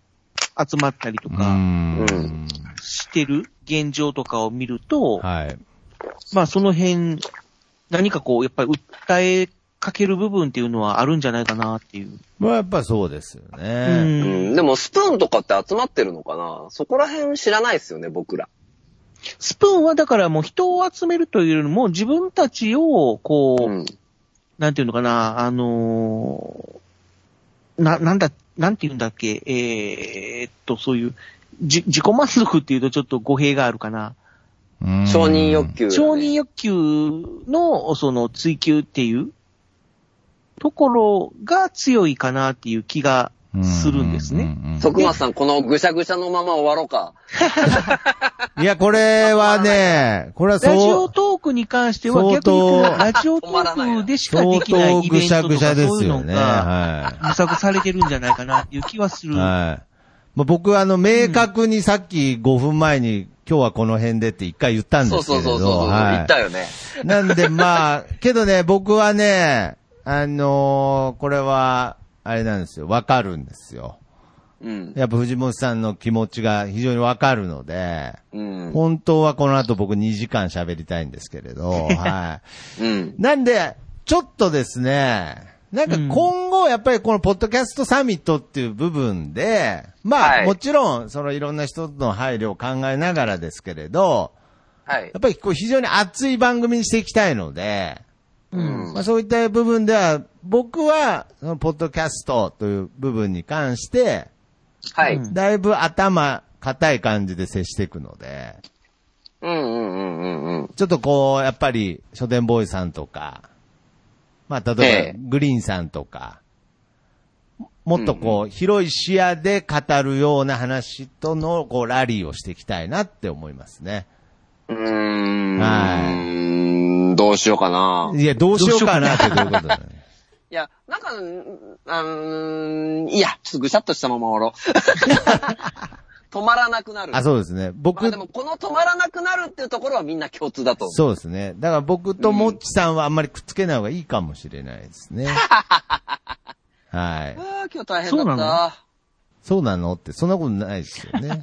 Speaker 3: 集まったりと
Speaker 2: う
Speaker 3: か
Speaker 2: ん。
Speaker 3: してる現状とかを見ると、
Speaker 2: はい。
Speaker 3: まあその辺、何かこう、やっぱり訴えかける部分っていうのはあるんじゃないかなっていう。
Speaker 2: まあ、やっぱそうですよ
Speaker 3: う
Speaker 2: ね。
Speaker 3: ん。
Speaker 4: うんでも、スプーンとかって集まってるのかなそこら辺知らないですよね、僕ら。
Speaker 3: スプーンはだからもう人を集めるというよりも自分たちを、こう、
Speaker 4: うん。
Speaker 3: なんていうのかな、あのーな、なんだ、なんていうんだっけ、えーっと、そういう、じ、自己満足っていうとちょっと語弊があるかな。
Speaker 2: うん
Speaker 4: 承認欲求、
Speaker 3: 承認欲求の、その、追求っていう、ところが強いかなっていう気がするんですね。
Speaker 2: うんうんうん
Speaker 4: 徳松さん、このぐしゃぐしゃのまま終わろうか。
Speaker 2: いや、これはね、これは
Speaker 3: ラジオ
Speaker 2: そう、
Speaker 3: トークに関しては
Speaker 2: 相
Speaker 3: 逆に
Speaker 2: 当
Speaker 3: こうラジオトークでしか
Speaker 2: 相
Speaker 3: できない
Speaker 2: 当
Speaker 3: イベ
Speaker 2: ぐ
Speaker 3: ン
Speaker 2: しゃ
Speaker 3: ト
Speaker 2: ぐ
Speaker 3: と
Speaker 2: しゃ
Speaker 3: か
Speaker 2: で
Speaker 3: そう
Speaker 2: す
Speaker 3: いう
Speaker 2: よ
Speaker 3: の
Speaker 2: ね。
Speaker 3: が
Speaker 2: は
Speaker 3: 模索されてるんじゃないかなっていう気はす
Speaker 2: い。
Speaker 3: る。
Speaker 2: はい。まあ、僕はあの、明確にさっき5分前に、今日はこの辺でって一回言ったんで
Speaker 4: そう
Speaker 2: すけ
Speaker 4: そうそ
Speaker 2: れど。
Speaker 4: うそう、
Speaker 2: は
Speaker 4: 言ったよね。
Speaker 2: い。なんでまあ、けどね、僕はね、あのーこれは、あれなんですよ。わかるんですよ。
Speaker 4: うん。
Speaker 2: やっぱ藤本さんの気持ちが非常にわかるので、
Speaker 4: うん。
Speaker 2: 本当はこの後僕2時間喋りたいんですけ れど、は
Speaker 4: うん
Speaker 2: い。。なんで、ちょっとですね、なんか今後やっぱりこのポッドキャストサミットっていう部分で、ま
Speaker 4: は
Speaker 2: あ
Speaker 4: い
Speaker 2: もちろんそのいろんな人の配慮を考えながらですけれど、
Speaker 4: はい
Speaker 2: や。っぱりこう非常に熱い番組にしていきたいので、
Speaker 4: うん
Speaker 2: まあ、そういった部分では、僕は、そのポッドキャストという部分に関して、
Speaker 4: はい。
Speaker 3: うん
Speaker 2: だいぶ頭固い感じで接していくので、
Speaker 4: うんうんうんうんうん。
Speaker 2: ちょっとこう、やっぱり、書店ボーイさんとか、まあ、例え
Speaker 4: ええ
Speaker 2: ば、グリーンさんとか、もっとこう、広い視野で語るような話との、こう、ラリーをしていきたいなって思いますね。
Speaker 4: うーん。
Speaker 2: は
Speaker 4: どうしようかな。
Speaker 2: いや、どうしようかなってどういうことだね。
Speaker 4: いや、なんか、うんあのいや、ちょっとぐしゃっとしたまま終わろう。止まらなくなる。
Speaker 2: あ、そうですね。僕、
Speaker 4: まあでも、この止まらなくなるっていうところはみんな共通だと思う。
Speaker 2: そうですね。だから僕ともっちさんはあんまりくっつけない方がいいかもしれないです ね。はい。
Speaker 4: ああ、今日大変だ
Speaker 3: そう
Speaker 4: っ
Speaker 3: な
Speaker 4: た。
Speaker 2: そうなのって、そんなことないです よね。はい。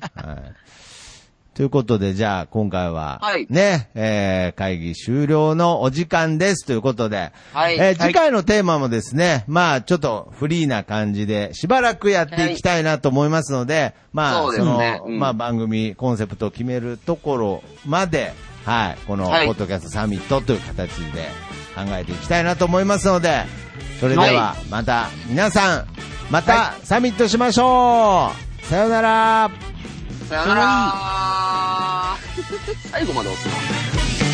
Speaker 2: ということで、じゃあ、今回は、
Speaker 4: はい
Speaker 2: ね、えー、会議終了のお時間です。ということで、
Speaker 4: はい
Speaker 2: えー次回のテーマもですね、まあ、ちょっとフリーな感じで、しばらくやっていきたいなと思いますので、まあ、
Speaker 4: そう
Speaker 2: そ
Speaker 4: です
Speaker 2: の、
Speaker 4: ねうん
Speaker 2: まあ、番組コンセプトを決めるところまで、はい、この、ポ
Speaker 4: はい
Speaker 2: ッドキャストサミットという形で考えていきたいなと思いますので、それでは
Speaker 4: は、
Speaker 2: また、皆さん、また、サミットしましょうさよなら
Speaker 4: さよなら。最後まで押すの。